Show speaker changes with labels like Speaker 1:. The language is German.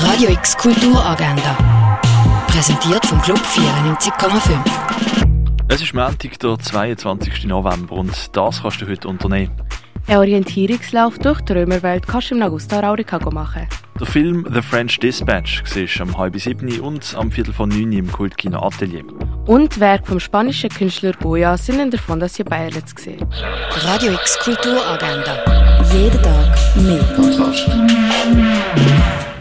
Speaker 1: Radio X Kulturagenda. Präsentiert vom Club 94,5.
Speaker 2: Es ist Montag, der 22. November und das kannst du heute unternehmen.
Speaker 3: Ein Orientierungslauf durch die Römerwelt kannst du im Augusta Raurica machen.
Speaker 2: Der Film «The French Dispatch» siehst du am halb sieben und am viertel von neun im Kultkino Atelier.
Speaker 3: Und Werke vom spanischen Künstler Goya sind in der Fondation Bayerle zu sehen.
Speaker 1: Radio X Kulturagenda. Jeden Tag mehr.